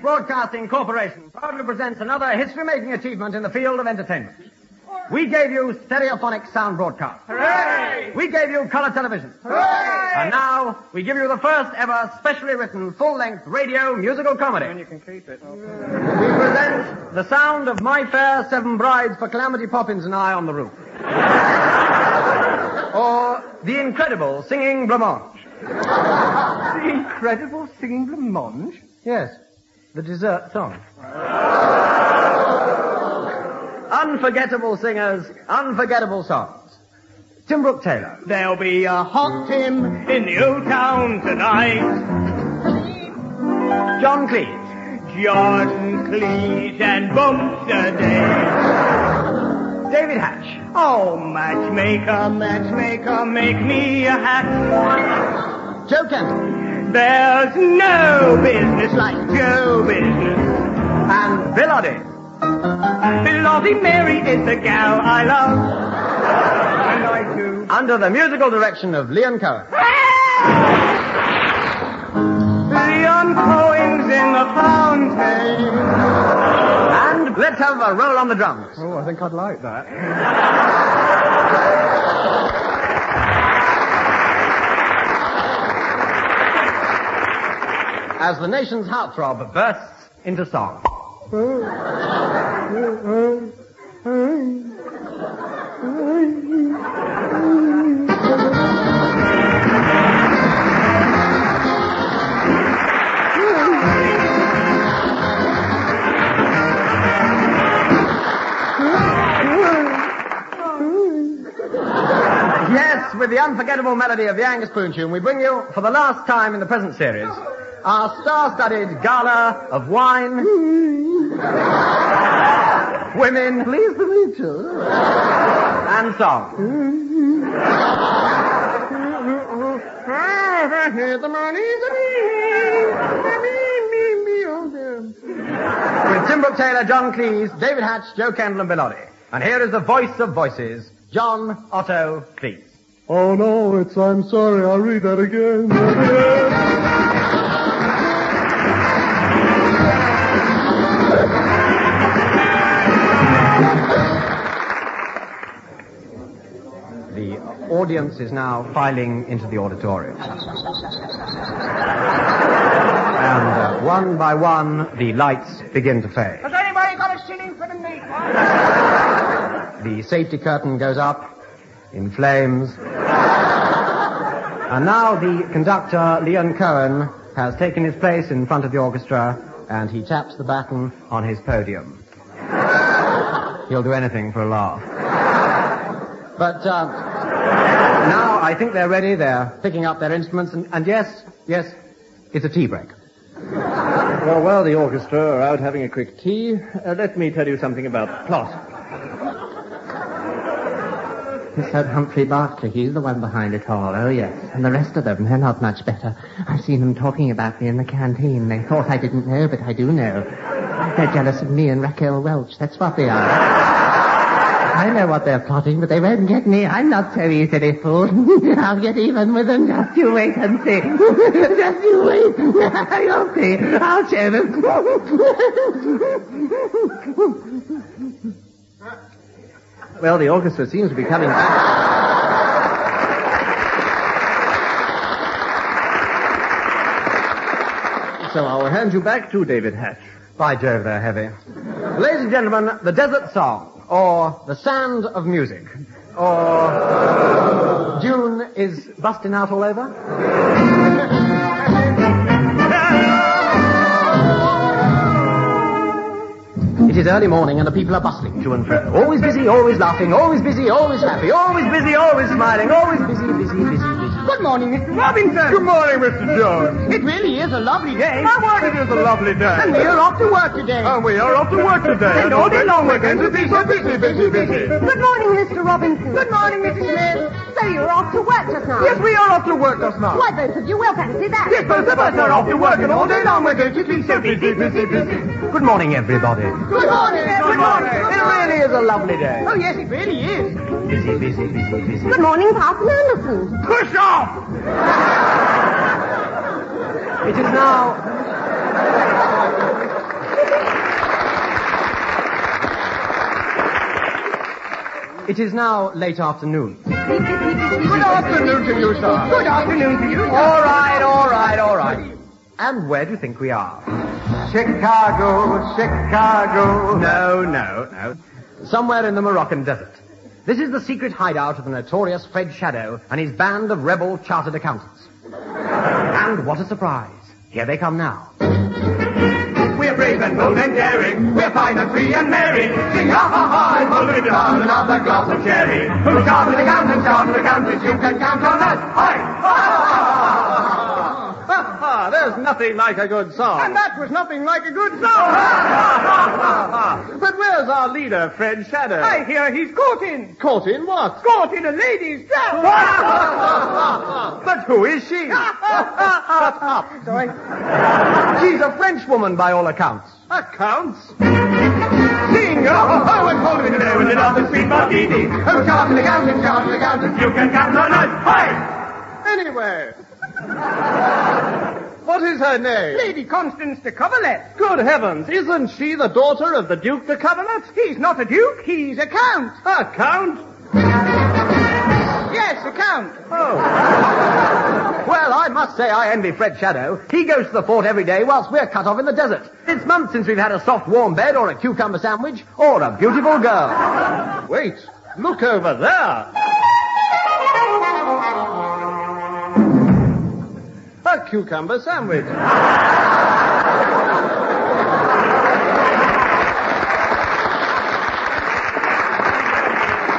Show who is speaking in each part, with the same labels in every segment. Speaker 1: Broadcasting Corporation proudly presents another history-making achievement in the field of entertainment. We gave you stereophonic sound broadcast.
Speaker 2: Hooray!
Speaker 1: We gave you color television.
Speaker 2: Hooray!
Speaker 1: And now, we give you the first ever specially written full-length radio musical comedy.
Speaker 2: can keep it.
Speaker 1: We present The Sound of My Fair Seven Brides for Calamity Poppins and I on the Roof. or The Incredible Singing Blancmange.
Speaker 2: The incredible singing blancmange.
Speaker 1: Yes, the dessert song. unforgettable singers, unforgettable songs. Tim Brooke Taylor.
Speaker 2: There'll be a hot Tim in the old town tonight.
Speaker 1: John Cleese.
Speaker 2: Jordan Cleese and Bumps a day.
Speaker 1: David Hatch.
Speaker 2: Oh, matchmaker, matchmaker, make me a hat.
Speaker 1: Joe Kenton.
Speaker 2: There's no business like Joe business.
Speaker 1: And Bill Oddie.
Speaker 2: Bloody Mary is the gal I love. And I do.
Speaker 1: Under the musical direction of Leon Cohen.
Speaker 2: Leon Cohen's in the fountain.
Speaker 1: And let's have a roll on the drums.
Speaker 2: Oh, I think I'd like that.
Speaker 1: As the nation's heartthrob bursts into song. Yes, with the unforgettable melody of the Angus Spoon Tune, we bring you, for the last time in the present series, our star-studded gala of wine, women, please the you, and song. With Tim Brooke Taylor, John Cleese, David Hatch, Joe Kendall, and Bill Oddie. And here is the voice of voices, John Otto Cleese.
Speaker 3: Oh no, it's I'm sorry. I'll read that again.
Speaker 1: The audience is now filing into the auditorium. and uh, one by one, the lights begin to fade.
Speaker 2: Has anybody got a shilling for the meat?
Speaker 1: The safety curtain goes up in flames. and now the conductor, Leon Cohen, has taken his place in front of the orchestra and he taps the baton on his podium. He'll do anything for a laugh. But uh, now I think they're ready. They're picking up their instruments. And, and yes, yes, it's a tea break.
Speaker 2: Well, while the orchestra are out having a quick tea, uh, let me tell you something about plot.
Speaker 4: He said Humphrey Barclay. He's the one behind it all. Oh, yes. And the rest of them, they're not much better. I've seen them talking about me in the canteen. They thought I didn't know, but I do know. They're jealous of me and Raquel Welch. That's what they are. I know what they're plotting, but they won't get me. I'm not so easily fooled. I'll get even with them. Just you wait and see. Just you wait. You'll see. I'll show them.
Speaker 1: Well, the orchestra seems to be coming.
Speaker 2: So I'll hand you back to David Hatch.
Speaker 1: By Jove, they're heavy. Ladies and gentlemen, the desert song, or the sound of music, or June is busting out all over. It is early morning and the people are bustling to and fro. Always busy, always laughing, always busy, always happy, always busy, always smiling, always busy, busy, busy, busy.
Speaker 4: Good morning, Mr.
Speaker 2: Robinson! Good morning, Mr. Jones.
Speaker 4: It really is a lovely day.
Speaker 2: It is a lovely day.
Speaker 4: And we're off to work today.
Speaker 2: And we are off to work today. And all day long we're going to be so busy, busy, busy.
Speaker 5: Good morning, Mr. Robinson. Good morning, Mrs. Smith. So you're off to work just now?
Speaker 2: Yes, we are off to work just now.
Speaker 5: Why, both of you will fancy that.
Speaker 2: Yes, both of us are off to work, and all day long we're going to be so busy, busy, busy.
Speaker 1: Good morning, everybody.
Speaker 4: Good morning.
Speaker 2: Good morning.
Speaker 1: It really is a lovely day.
Speaker 4: Oh, yes, it really is.
Speaker 1: Busy, busy, busy, busy.
Speaker 5: Good morning, Parson Anderson.
Speaker 2: Push off!
Speaker 1: It is now. It is now late afternoon.
Speaker 5: Good afternoon to you, sir.
Speaker 2: Good afternoon to you.
Speaker 1: All right, all right, all right. And where do you think we are?
Speaker 4: Chicago, Chicago.
Speaker 1: No, no, no. Somewhere in the Moroccan desert. This is the secret hideout of the notorious Fred Shadow and his band of rebel chartered accountants. and what a surprise. Here they come now.
Speaker 4: We're brave and bold and daring. We're fine and free and merry. Sing ha ha ha and follow it down another glass of sherry. Who's down to the counters, down to the counters, you can count on us. Hi! Ha ha ha!
Speaker 5: Ha ha! Ah, There's nothing like a good song.
Speaker 1: And that was nothing like a good song. Ha
Speaker 5: ha ha ha! But where's our leader, Fred Shadow?
Speaker 2: I hear he's Uh, caught in.
Speaker 5: Caught in what?
Speaker 2: Caught in a lady's trap.
Speaker 1: but who is she?
Speaker 2: Shut up. Sorry.
Speaker 1: She's a Frenchwoman by all accounts.
Speaker 5: Accounts?
Speaker 4: Sing, oh, oh, oh, and hold it there with another sweet martini. Oh, shout to the counter, shout to the counter. You can count on us. Hi!
Speaker 5: Anyway. what is her name?
Speaker 2: Lady Constance de Coverlet.
Speaker 5: Good heavens, isn't she the daughter of the Duke de Coverlet?
Speaker 2: He's not a duke, he's a count.
Speaker 5: A count?
Speaker 2: Yes, a count.
Speaker 5: Oh.
Speaker 1: Well, I must say I envy Fred Shadow. He goes to the fort every day whilst we're cut off in the desert. It's months since we've had a soft warm bed or a cucumber sandwich or a beautiful girl.
Speaker 5: Wait, look over there. A cucumber sandwich.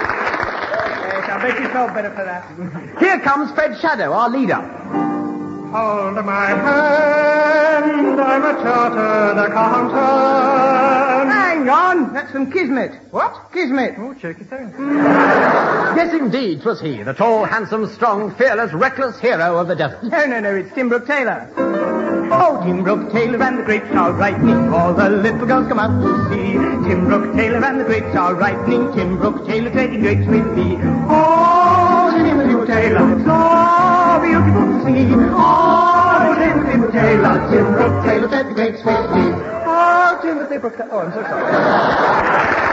Speaker 2: yes, I bet you felt better for that.
Speaker 1: Here comes Fred Shadow, our leader.
Speaker 4: Hold my hand, I'm a chartered accountant.
Speaker 2: Hang on, that's from Kismet.
Speaker 5: What?
Speaker 2: Kismet.
Speaker 5: Oh, check it out.
Speaker 1: yes, indeed, 'twas he, the tall, handsome, strong, fearless, reckless hero of the desert.
Speaker 2: No, no, no, it's Timbrook Taylor.
Speaker 6: Oh, Timbrook Taylor and the great are rightening. All the little girls come out to see. Timbrook Taylor and the great are rightening. Timbrook Taylor trading grapes with me. Oh, Timbrook Taylor, so beautiful to see. Oh, Timbrook Taylor, Timbrook Taylor trading grapes with me.
Speaker 2: Oh, Timbrook Taylor. Oh, I'm so sorry.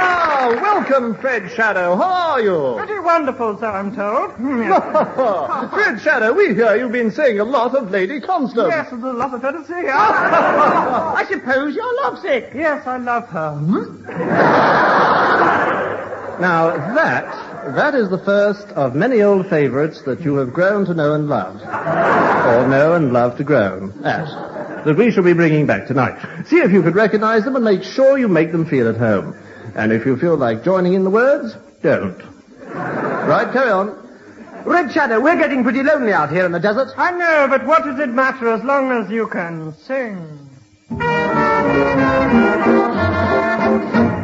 Speaker 5: Ah, welcome, Fred Shadow. How are you?
Speaker 2: Pretty wonderful, sir, I'm told.
Speaker 5: Fred Oh, Shadow, we hear you've been seeing a lot of Lady Constance.
Speaker 2: Yes, there's a lot of her to see.
Speaker 6: I suppose you're lovesick.
Speaker 2: Yes, I love her. Hmm?
Speaker 5: now, that, that is the first of many old favorites that you have grown to know and love. or know and love to grow at. That we shall be bringing back tonight. See if you could recognize them and make sure you make them feel at home. And if you feel like joining in the words, don't. right, carry on.
Speaker 1: Red Shadow, we're getting pretty lonely out here in the desert.
Speaker 2: I know, but what does it matter as long as you can sing?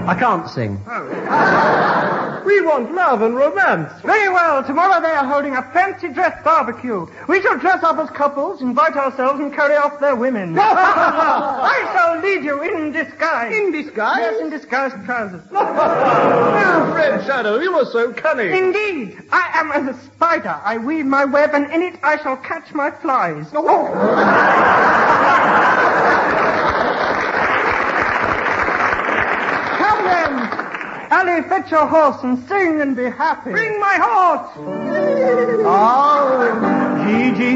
Speaker 1: I can't sing.
Speaker 5: Oh. we want love and romance.
Speaker 2: Very well. Tomorrow they are holding a fancy dress barbecue. We shall dress up as couples, invite ourselves, and carry off their women. I shall lead you in disguise.
Speaker 5: In disguise?
Speaker 2: Yes, in disguised trousers.
Speaker 5: oh, Fred Shadow, you are so cunning.
Speaker 2: Indeed. I am as a spider. I weave my web, and in it I shall catch my flies. Oh. Alley, fetch your horse and sing and be happy.
Speaker 6: Bring my horse!
Speaker 4: oh, Gigi,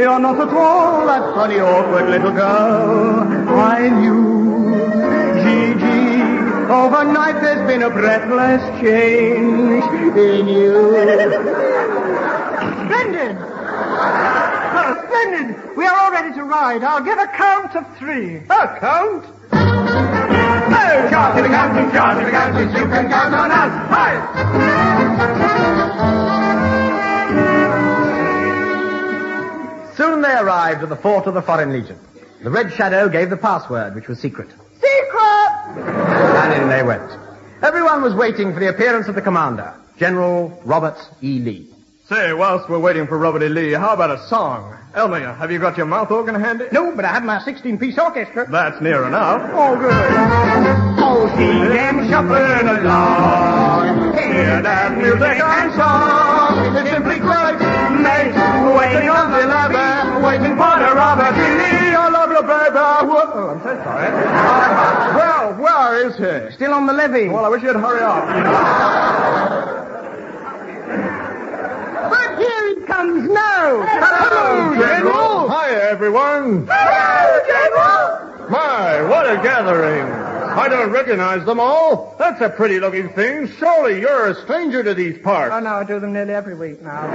Speaker 4: you're not at all that funny, awkward little girl I knew. Gigi, overnight there's been a breathless change in you.
Speaker 2: Splendid! Oh, splendid! We are all ready to ride. I'll give a count of three.
Speaker 5: A count?
Speaker 4: Oh, shout to the captain, shout to the captain, you can count on us. Hi!
Speaker 1: Soon they arrived at the fort of the Foreign Legion. The Red Shadow gave the password, which was secret.
Speaker 2: Secret!
Speaker 1: And in they went. Everyone was waiting for the appearance of the commander, General Robert E. Lee.
Speaker 5: Say, whilst we're waiting for Robert E. Lee, how about a song? Elmina, have you got your mouth organ handy?
Speaker 6: No, but I have my 16-piece orchestra.
Speaker 5: That's near enough.
Speaker 6: Oh, good.
Speaker 4: Oh, see them shuffling along. Hear that music and song. It's simply great, mate. Waiting on the lover, waiting for the Robert E. Lee. All over
Speaker 3: baby. Oh, I'm so sorry. well, where is he?
Speaker 7: Still on the levee.
Speaker 3: Well, I wish you'd hurry up.
Speaker 7: But here it comes now. Hello,
Speaker 3: Hi, everyone.
Speaker 7: Hello, General.
Speaker 4: My, what a gathering! I don't recognize them all. That's a pretty looking thing. Surely you're a stranger to these
Speaker 2: Uh,
Speaker 4: parts.
Speaker 7: Oh, no, I do them nearly every week now.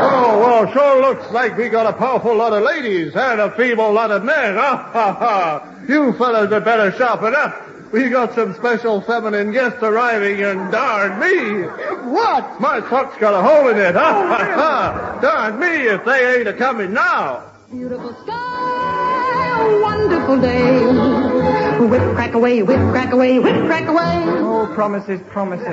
Speaker 4: Oh, well, sure looks like we got a powerful lot of ladies and a feeble lot of men. Ah, ha, ha. You fellas had better sharpen up. We got some special feminine guests arriving, and darn me. What? My sock's got a hole in it.
Speaker 1: Oh,
Speaker 4: Ah, ha, ha. Darn me if they ain't a coming now.
Speaker 8: Beautiful sky, a wonderful day. Whip crack away, whip crack away, whip crack away.
Speaker 7: All promises, promises.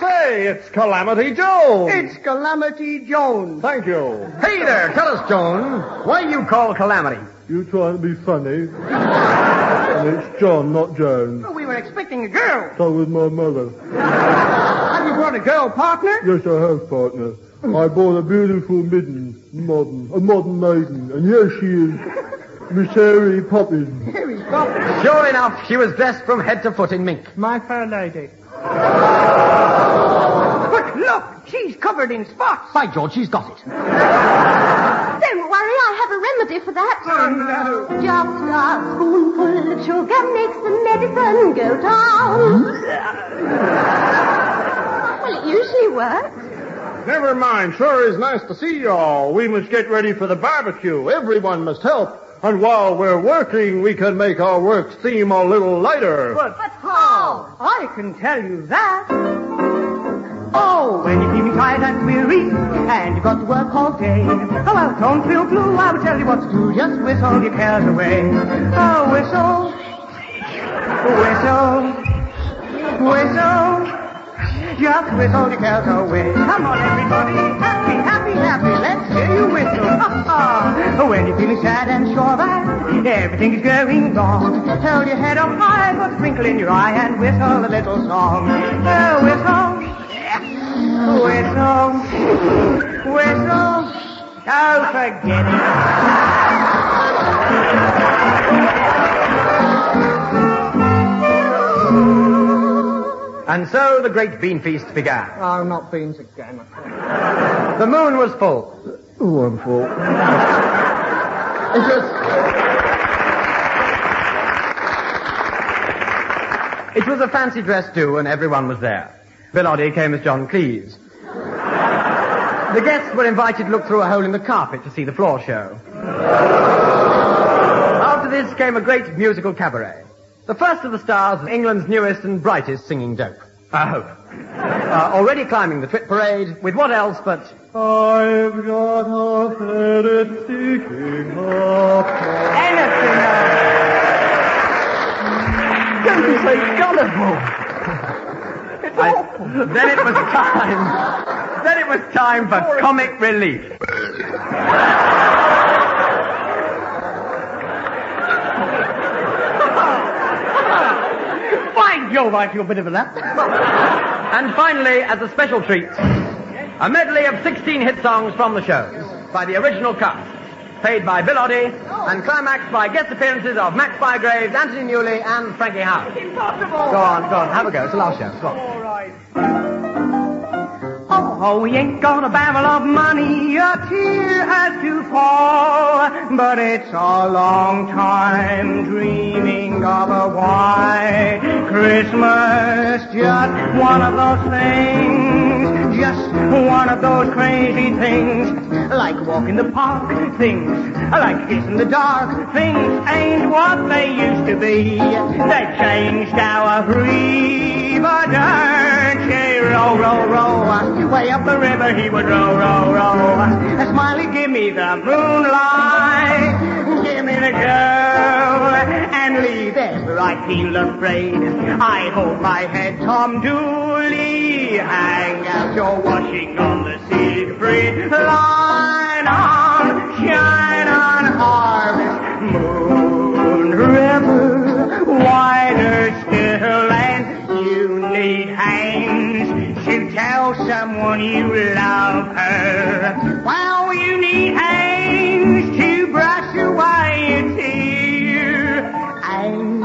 Speaker 4: Say, it's Calamity Joe.
Speaker 7: It's Calamity Jones.
Speaker 4: Thank you.
Speaker 1: Hey there, tell us, Joan, why you call calamity?
Speaker 3: You trying to be funny? and it's John, not Jones.
Speaker 7: Oh, we were expecting a girl.
Speaker 3: So with my mother.
Speaker 7: Have you brought a girl partner?
Speaker 3: Yes, I have, partner. I bought a beautiful midden, modern, a modern maiden, and here she is, Miss Harry Poppins.
Speaker 7: Here he's got
Speaker 1: Sure enough, she was dressed from head to foot in mink.
Speaker 7: my fair lady. But look, she's covered in spots.
Speaker 1: By George, she's got it.
Speaker 5: Don't worry, I have a remedy for that.
Speaker 7: Oh, no.
Speaker 5: Just a spoonful of sugar makes the medicine go down. well, it usually works.
Speaker 4: Never mind. Sure is nice to see you all. We must get ready for the barbecue. Everyone must help. And while we're working, we can make our work seem a little lighter.
Speaker 5: But how?
Speaker 7: I can tell you that.
Speaker 2: Oh, when you're feeling tired and weary, and you've got to work all day. Oh, well, don't feel blue, I will tell you what to do. Just whistle your cares away. Oh, whistle, whistle, whistle. Just whistle your cares away. Come on, everybody, happy, happy, happy. Let's hear you whistle. Ha, ha. when you're feeling sad and sure that everything is going wrong, hold your head up high, put a twinkle in your eye, and whistle a little song. Oh, whistle. Whistle. Whistle. Oh, forget it.
Speaker 1: And so the great bean feast began.
Speaker 7: Oh, not beans again.
Speaker 1: The moon was full.
Speaker 4: Oh, I'm full.
Speaker 1: It was a fancy dress do, and everyone was there. Bellotti came as John Cleves. The guests were invited to look through a hole in the carpet to see the floor show. After this came a great musical cabaret. The first of the stars of England's newest and brightest singing dope. I hope. Uh, already climbing the twit parade with what else but
Speaker 3: I've got a ferret sticking up.
Speaker 7: Anything else.
Speaker 1: Don't be so gullible. It's awful. Then it was time. Then it was time for comic relief.
Speaker 7: By Jove, I feel a bit of a lap.
Speaker 1: And finally, as a special treat, a medley of 16 hit songs from the shows by the original cast, paid by Bill Oddie, and climaxed by guest appearances of Max Bygraves, Anthony Newley, and Frankie Howard.
Speaker 7: Impossible.
Speaker 1: Go on, go on, have a go. It's the last show. Go on.
Speaker 7: All right.
Speaker 2: Oh, we ain't gonna barrel of money, a tear has to fall, but it's a long time dreaming of a why. Christmas, just one of those things, just one of those crazy things, like walk in the park, things, like kiss in the dark, things ain't what they used to be. They changed our river, row, row, row. Way up the river he would row, row, row. Smiley, give me the moonlight. Give me the girl. And leave ever I feel afraid. I hold my head, Tom Dooley. Hang out your washing on the Siegfried line. On, shine on, harvest moon river. Wider still and you need hands to tell when you love her. While you need hands to brush away a tear. And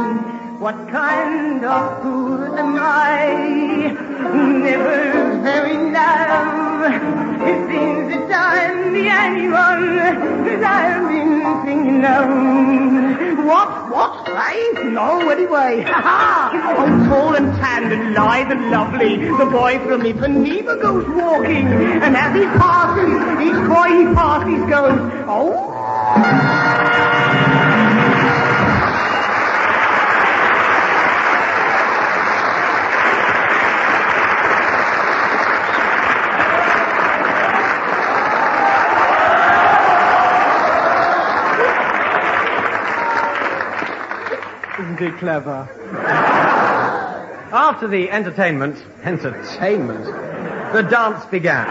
Speaker 2: what kind of fool am I? Never very love. It seems that I'm the only one that I've been thinking of. What? What? I no anyway. Ha ha! Oh, tall and tanned and lithe and lovely, the boy from Ipanema goes walking, and as he passes, each boy he passes goes, oh.
Speaker 7: Isn't he clever?
Speaker 1: After the entertainment, entertainment, the dance began.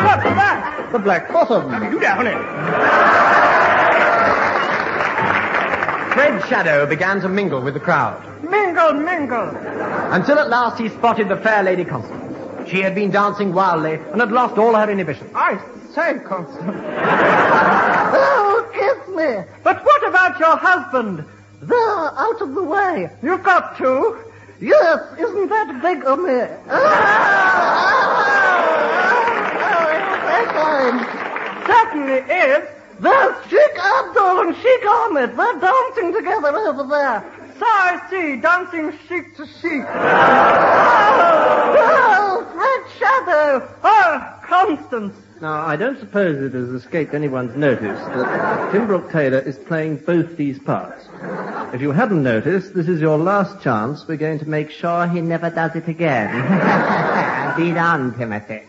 Speaker 7: What's that?
Speaker 4: The Black Bottom.
Speaker 2: You down it.
Speaker 1: Red Shadow began to mingle with the crowd,
Speaker 7: Mingle, mingle.
Speaker 1: until at last he spotted the fair lady Constance. She had been dancing wildly and had lost all her inhibitions.
Speaker 7: I say, Constance. oh, kiss me. But what about your husband? There, out of the way. You've got two. Yes, isn't that big of me? Certainly is. There's Sheik Abdul and Sheik Ahmed. They're dancing together over there. So I see, dancing sheik to sheik. oh, Red Shadow. Oh, Constance.
Speaker 4: Now, I don't suppose it has escaped anyone's notice that Tim Brooke Taylor is playing both these parts. If you hadn't noticed, this is your last chance. We're going to make sure he never does it again.
Speaker 9: Lead on, Timothy.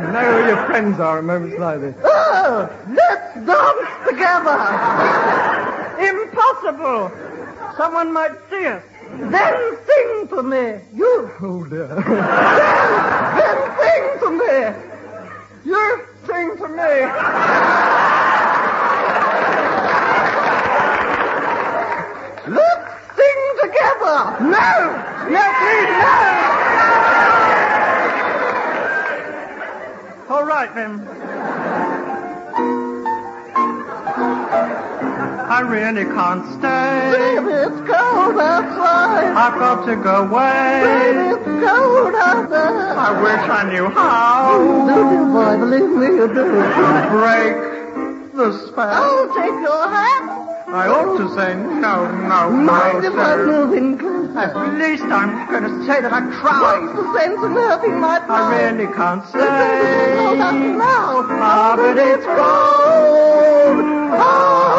Speaker 7: You know who your friends are at moments like this. Oh, let's dance together. Impossible. Someone might see us. Then sing to me. You hold her. then, then sing to me. You sing to me. Let's sing together. No, no, please, no. All right, then. I really can't stay. Baby, it's cold outside. I've got to go away. Baby, it's cold outside. I wish I knew how. do you, boy. Believe me, you do. break the spell. I'll Oh, take your hand. I ought to say no, no, Mind no. Mind if I move in closer? At least I'm going to say that I tried. What's the sense of hurting my Oh, pride? I really can't say. Hold on now. Ah, but it's cold. Oh,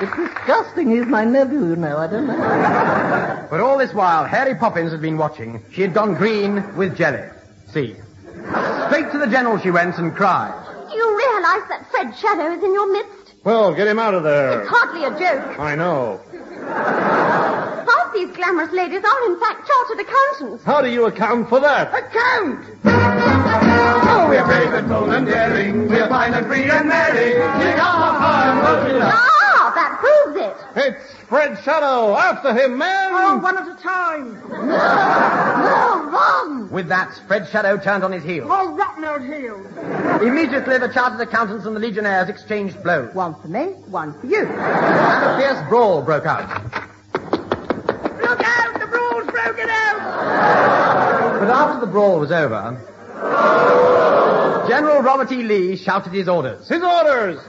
Speaker 10: It's disgusting. He's my nephew, you know. I don't know.
Speaker 1: But all this while, Harry Poppins had been watching. She had gone green with jelly. See. Straight to the general she went and cried.
Speaker 5: Do you realize that Fred Shadow is in your midst?
Speaker 4: Well, get him out of there.
Speaker 5: It's hardly a joke.
Speaker 4: I know.
Speaker 5: Half these glamorous ladies are, in fact, chartered accountants.
Speaker 4: How do you account for that?
Speaker 5: Account!
Speaker 11: Oh, we're brave and bold and daring. We're fine and free and merry. Sing ah, ha, and load it up.
Speaker 5: Ah, that proves it.
Speaker 4: It's Fred Shadow. After him, man.
Speaker 7: Oh, one at a time.
Speaker 5: No, wrong.
Speaker 1: With that, Fred Shadow turned on his heel.
Speaker 7: Oh, rotten heels.
Speaker 1: Immediately, the chartered accountants and the legionnaires exchanged blows.
Speaker 10: One for me, one for you.
Speaker 1: And a fierce brawl broke out.
Speaker 2: Look out, the brawl's broken out.
Speaker 1: But after the brawl was over, General Robert E. Lee shouted his orders.
Speaker 4: His orders.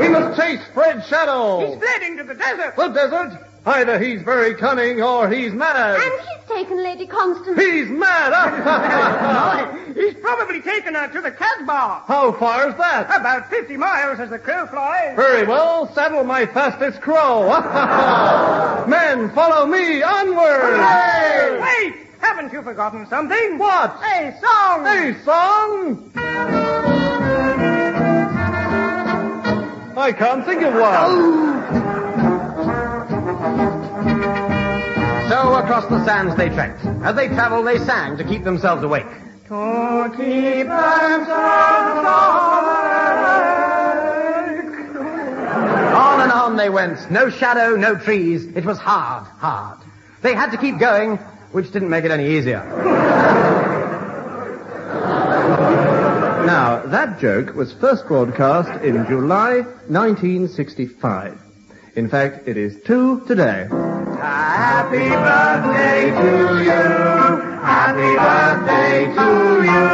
Speaker 4: We must chase Fred Shadow.
Speaker 2: He's fled into the desert.
Speaker 4: the desert. Either he's very cunning or he's mad.
Speaker 5: And he's taken Lady Constance.
Speaker 4: He's mad.
Speaker 2: He's probably taken her to the Casbah.
Speaker 4: How far is that?
Speaker 2: About 50 miles as the crow flies.
Speaker 4: Very well, saddle my fastest crow. Men, follow me onward.
Speaker 2: Wait! Haven't you forgotten something?
Speaker 4: What?
Speaker 2: A song!
Speaker 4: Hey, song!
Speaker 2: Oh,
Speaker 4: I can't think of one.
Speaker 1: So across the sands they trekked. As they travelled, they sang to keep themselves awake.
Speaker 7: To keep themselves awake.
Speaker 1: On and on they went. No shadow, no trees. It was hard, hard. They had to keep going, which didn't make it any easier.
Speaker 4: Now, that joke was first broadcast in July 1965. In fact, it is two today.
Speaker 7: Happy birthday to you. Happy birthday to you.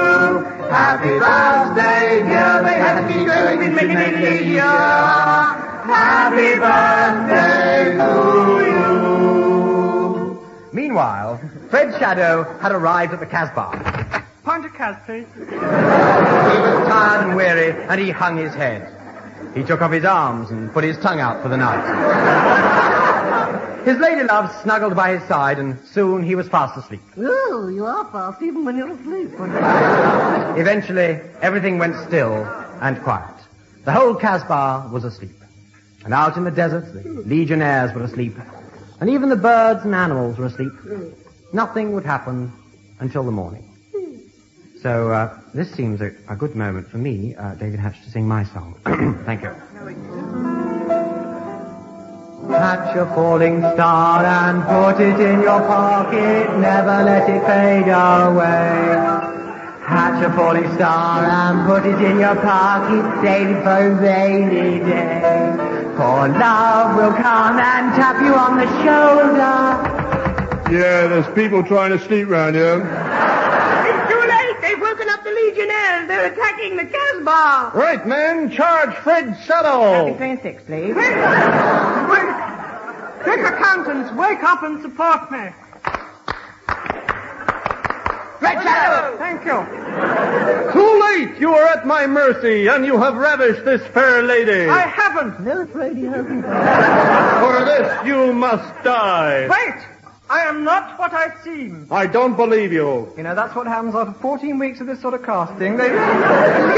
Speaker 7: Happy birthday, dear. May happy going and making it easier. Happy birthday to you.
Speaker 1: Meanwhile, Fred Shadow had arrived at the Casbah.
Speaker 12: Point of cast, please.
Speaker 1: He was tired and weary, and he hung his head. He took off his arms and put his tongue out for the night. His lady love snuggled by his side, and soon he was fast asleep.
Speaker 10: Oh, you are fast even when you're asleep.
Speaker 1: Eventually, everything went still and quiet. The whole Casbah was asleep. And out in the desert, the legionnaires were asleep. And even the birds and animals were asleep. Nothing would happen until the morning. So, uh, this seems a, a good moment for me, uh, David Hatch, to sing my song. Thank you. Catch a falling star and put it in your pocket, never let it fade away. Catch a falling star and put it in your pocket, save it for a rainy day. For love will come and tap you on the shoulder.
Speaker 3: Yeah, there's people trying to sleep round here.
Speaker 13: It's too late. They've woken up the Legionnaires. They're attacking the Casbah.
Speaker 4: Right, men, charge Fred Settle.
Speaker 10: Twenty-six, please.
Speaker 12: Quick, accountants, wake up and support me.
Speaker 13: Red Shadow!
Speaker 12: Thank you.
Speaker 4: Too late! You are at my mercy, and you have ravished this fair lady.
Speaker 12: I haven't.
Speaker 10: No, Fred, he hasn't.
Speaker 4: For this you must die.
Speaker 12: Wait! I am not what I seem.
Speaker 4: I don't believe you.
Speaker 1: You know, that's what happens after 14 weeks of this sort of casting. They...
Speaker 12: Kill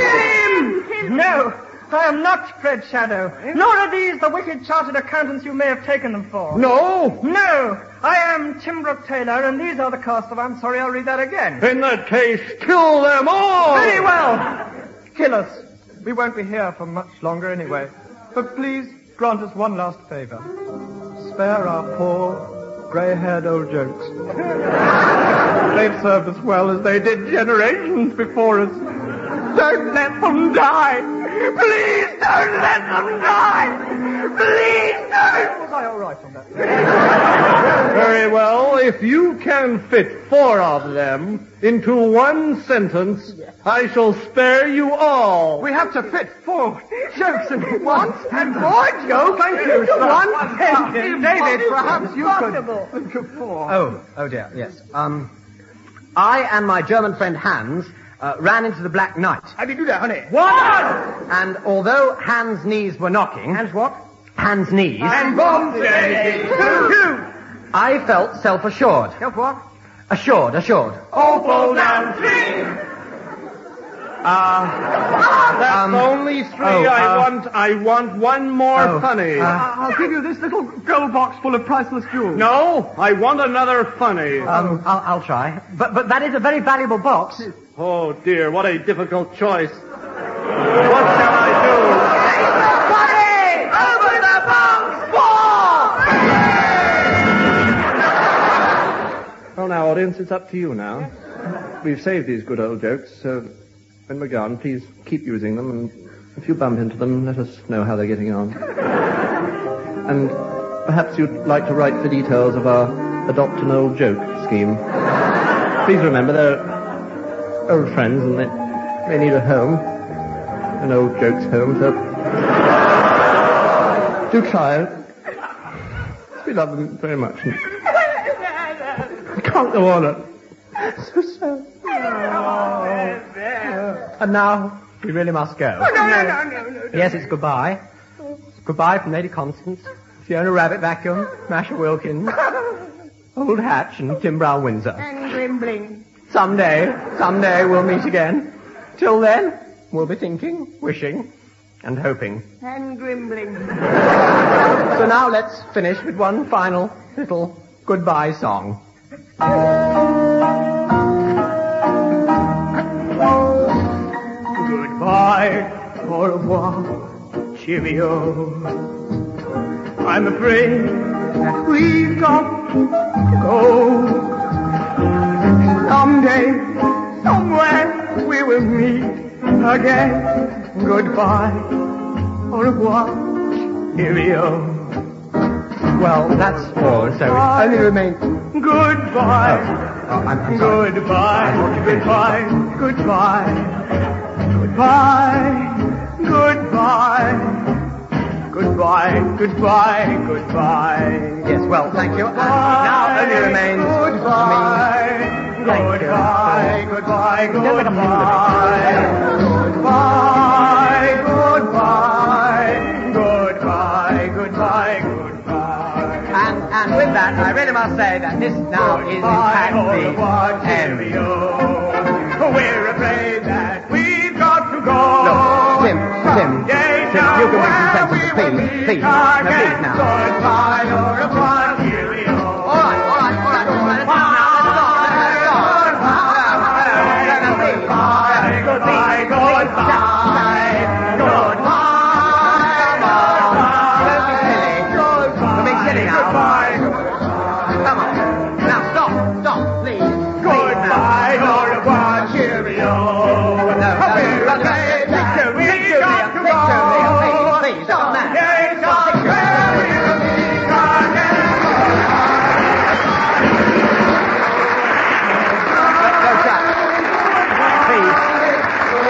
Speaker 12: him! No, I am not Fred Shadow, nor are these the wicked chartered accountants you may have taken them for.
Speaker 4: No?
Speaker 12: No, I am Tim Brooke Taylor, and these are the cast of I'm Sorry, I'll Read That Again.
Speaker 4: In that case, kill them all!
Speaker 12: Very well. Kill us. We won't be here for much longer anyway. But please grant us one last favor. Spare our poor, grey-haired old jokes. They've served us well as they did generations before us. Don't let them die. Please don't let them die. Please don't. Was I all right on that?
Speaker 4: Very well. If you can fit four of them into one sentence, I shall spare you all.
Speaker 12: We have to fit four jokes in one sentence.
Speaker 13: four jokes?
Speaker 12: Thank you.
Speaker 13: Into
Speaker 12: sir.
Speaker 13: one sentence?
Speaker 12: David, perhaps you
Speaker 13: Impossible.
Speaker 12: could think of four.
Speaker 1: Oh, oh dear, yes. Um, I and my German friend Hans uh, ran into the Black Knight.
Speaker 12: How do you do that, honey?
Speaker 1: What? And although Hans' knees were knocking. Hans what? Hans' knees.
Speaker 7: And bombs, David.
Speaker 1: I felt self assured. Self what? Assured, assured.
Speaker 12: Oh,
Speaker 7: Awful down three.
Speaker 4: That's
Speaker 1: Um,
Speaker 4: only three.
Speaker 1: oh,
Speaker 4: I
Speaker 1: uh,
Speaker 4: want. I want one more
Speaker 1: oh,
Speaker 4: funny.
Speaker 1: uh,
Speaker 12: I'll give you this little gold box full of priceless jewels.
Speaker 4: no, I want another funny.
Speaker 1: Um, I'll, I'll try. But, but that is a very valuable box.
Speaker 4: oh dear, what a difficult choice. What shall I
Speaker 7: Buddy, open the box. Four.
Speaker 4: do? Well, now, audience, it's up to you now. We've saved these good old jokes. So, when we're gone, please keep using them, and if you bump into them, let us know how they're getting on. and perhaps you'd like to write for details of our adopt an old joke scheme. please remember they're old friends, and they, they need a home, an old joke's home. So, do try. We love them very much. I can't go on it.
Speaker 1: So sad. And now, we really must go.
Speaker 13: No, no, no, no, no.
Speaker 1: Yes, it's goodbye. Goodbye from Lady Constance, Fiona Rabbit Vacuum, Masha Wilkins, Old Hatch, and Tim Brown Windsor.
Speaker 13: And Grimbling.
Speaker 1: Someday, someday we'll meet again. Till then, we'll be thinking, wishing, and hoping.
Speaker 13: And Grimbling.
Speaker 1: So now let's finish with one final little
Speaker 4: goodbye song. Goodbye, au revoir, cheerio. I'm afraid that we've got to go. Someday, somewhere, we will meet again. Goodbye, au revoir, cheerio. Well, that's all, so it only remains
Speaker 1: Oh,
Speaker 4: goodbye, goodbye, goodbye, goodbye, goodbye, goodbye. Goodbye, goodbye, goodbye. Yes, well, thank you. And now only remains goodbye, goodbye, goodbye, goodbye, goodbye, goodbye, goodbye, goodbye.
Speaker 14: And, and with that, I really must say that this now is in fact the end.
Speaker 2: We're afraid that we've got to go.
Speaker 1: Tim, Tim, Tim, you can make some sense of this, please, please. Now, please now.
Speaker 2: Goodbye, or a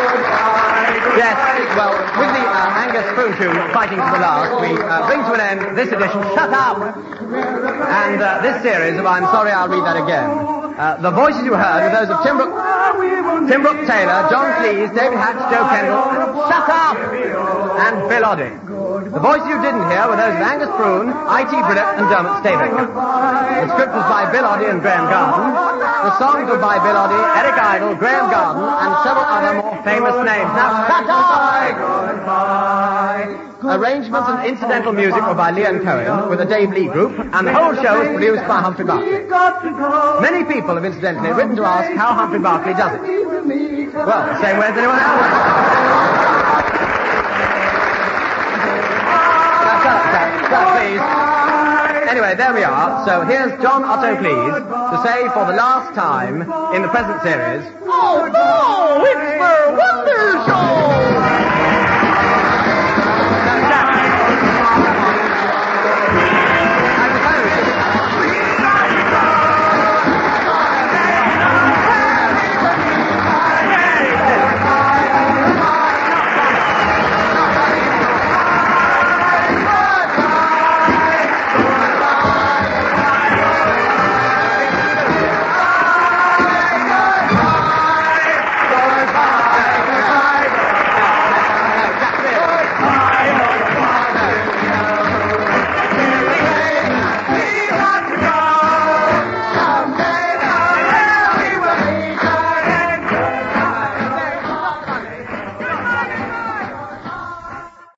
Speaker 1: Yes, well, with the uh, Angus Fooshu fighting for the last, we uh, bring to an end this edition. Shut up! And uh, this series of I'm Sorry I'll Read That Again. Uh, the voices you heard were those of Tim Brooke, Tim Brooke Taylor, John Cleese, David Hatch, Joe Kendall, shut up! And Bill Oddie. The voices you didn't hear were those of Angus Prune, I.T. Bridget, and Dermot Stavaker. The script was by Bill Oddie and Graham Garden. The songs were by Bill Oddie, Eric Idle, Graham Garden, and several other more famous names. Now shut up! Arrangements and incidental music were by Leon Cohen with the Dave Lee Group, and the whole show was produced by Humphrey Barclay. Many people have incidentally written to ask how Humphrey Barclay does it. Well, the same way as anyone else. Now, shut up, Sam. Shut up, please. Anyway, there we are. So here's John Otto Cleese to say for the last time in the present series,
Speaker 2: Oh,